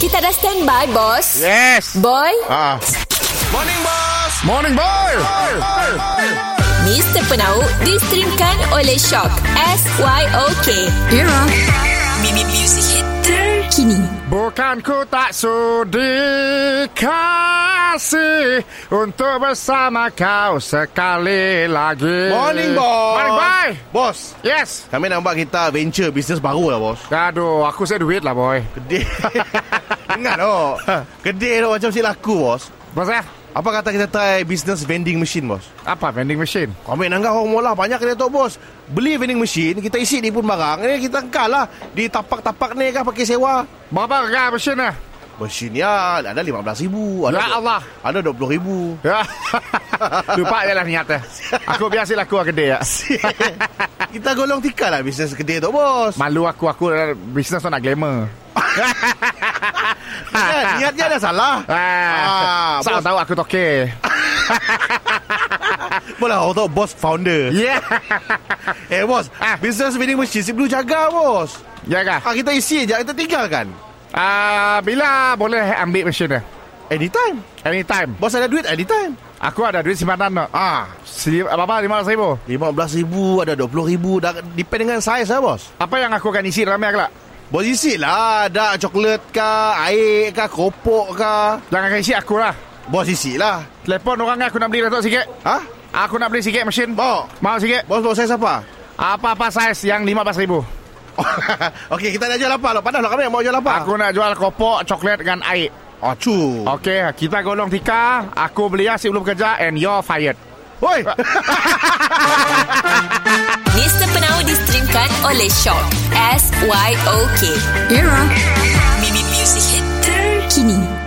Kita dah standby, bos. Yes. Boy, Ah. Morning, boss. Morning, boy. Mr. Penau distrimkan oleh Shock. S-Y-O-K. Era. Mimi Music Hit terkini. Bukan ku tak sudi kasih untuk bersama kau sekali lagi. Morning, boss. Eh, Morning, boy. Bos, Yes. kami nak buat kita venture bisnes baru lah, bos. Aduh, aku saya duit lah, boy. Kedai. Dengar tu. Kedai tu Ha. macam sila aku, bos. Bos, eh? Apa kata kita try bisnes vending machine, bos? Apa vending machine? Kami nanggah orang mula banyak kedai tu, bos. Beli vending machine, kita isi ni pun barang. Ni kita engkau lah. Di tapak-tapak ni kah pakai sewa. Berapa harga mesin eh? Mesin ya, ada RM15,000. Ada Ya du- Allah. Ada RM20,000. Ya. Lupa je lah niatnya. Aku biasalah aku lah gede ya. kita golong tikar lah bisnes kedai tu, bos. Malu aku aku dalam bisnes tu nak glamour. Kan, niatnya ada salah. Ah, Ah, Sao bos. tahu aku toke. Bola orang tahu bos founder. Ya. Eh bos, Ah. ah. business vending machine sip dulu jaga bos. Ya kah? Ah kita isi je, kita tinggalkan. Ah, bila boleh ambil mesin dia? Anytime. Anytime. Bos ada duit anytime. Aku ada duit simpanan. Ah, Ah, si, apa lima ratus ribu. RM15,000 ada RM20,000 dah depend dengan saiz lah bos. Apa yang aku akan isi dalamnya kelak? Bos isi lah, ada coklat ke, air ke, keropok ke. Jangan akan isi aku lah. Bos isi lah. Telepon orang aku nak beli datuk sikit. Ha? Aku nak beli sikit mesin. Mau? Mau sikit? Bos bos saiz apa? Apa-apa saiz yang lima belas ribu. Okey, kita nak jual apa? Lo padah lo kami mau jual apa? Aku Ah. nak jual kopok, coklat dengan air. Oh, cu. Okey, kita golong tika. Aku beli asyik belum kerja and you're fired. Oi. Mr. Penau distrimkan oleh Shock. S-Y-O-K. Era. Mimi Music Hit terkini.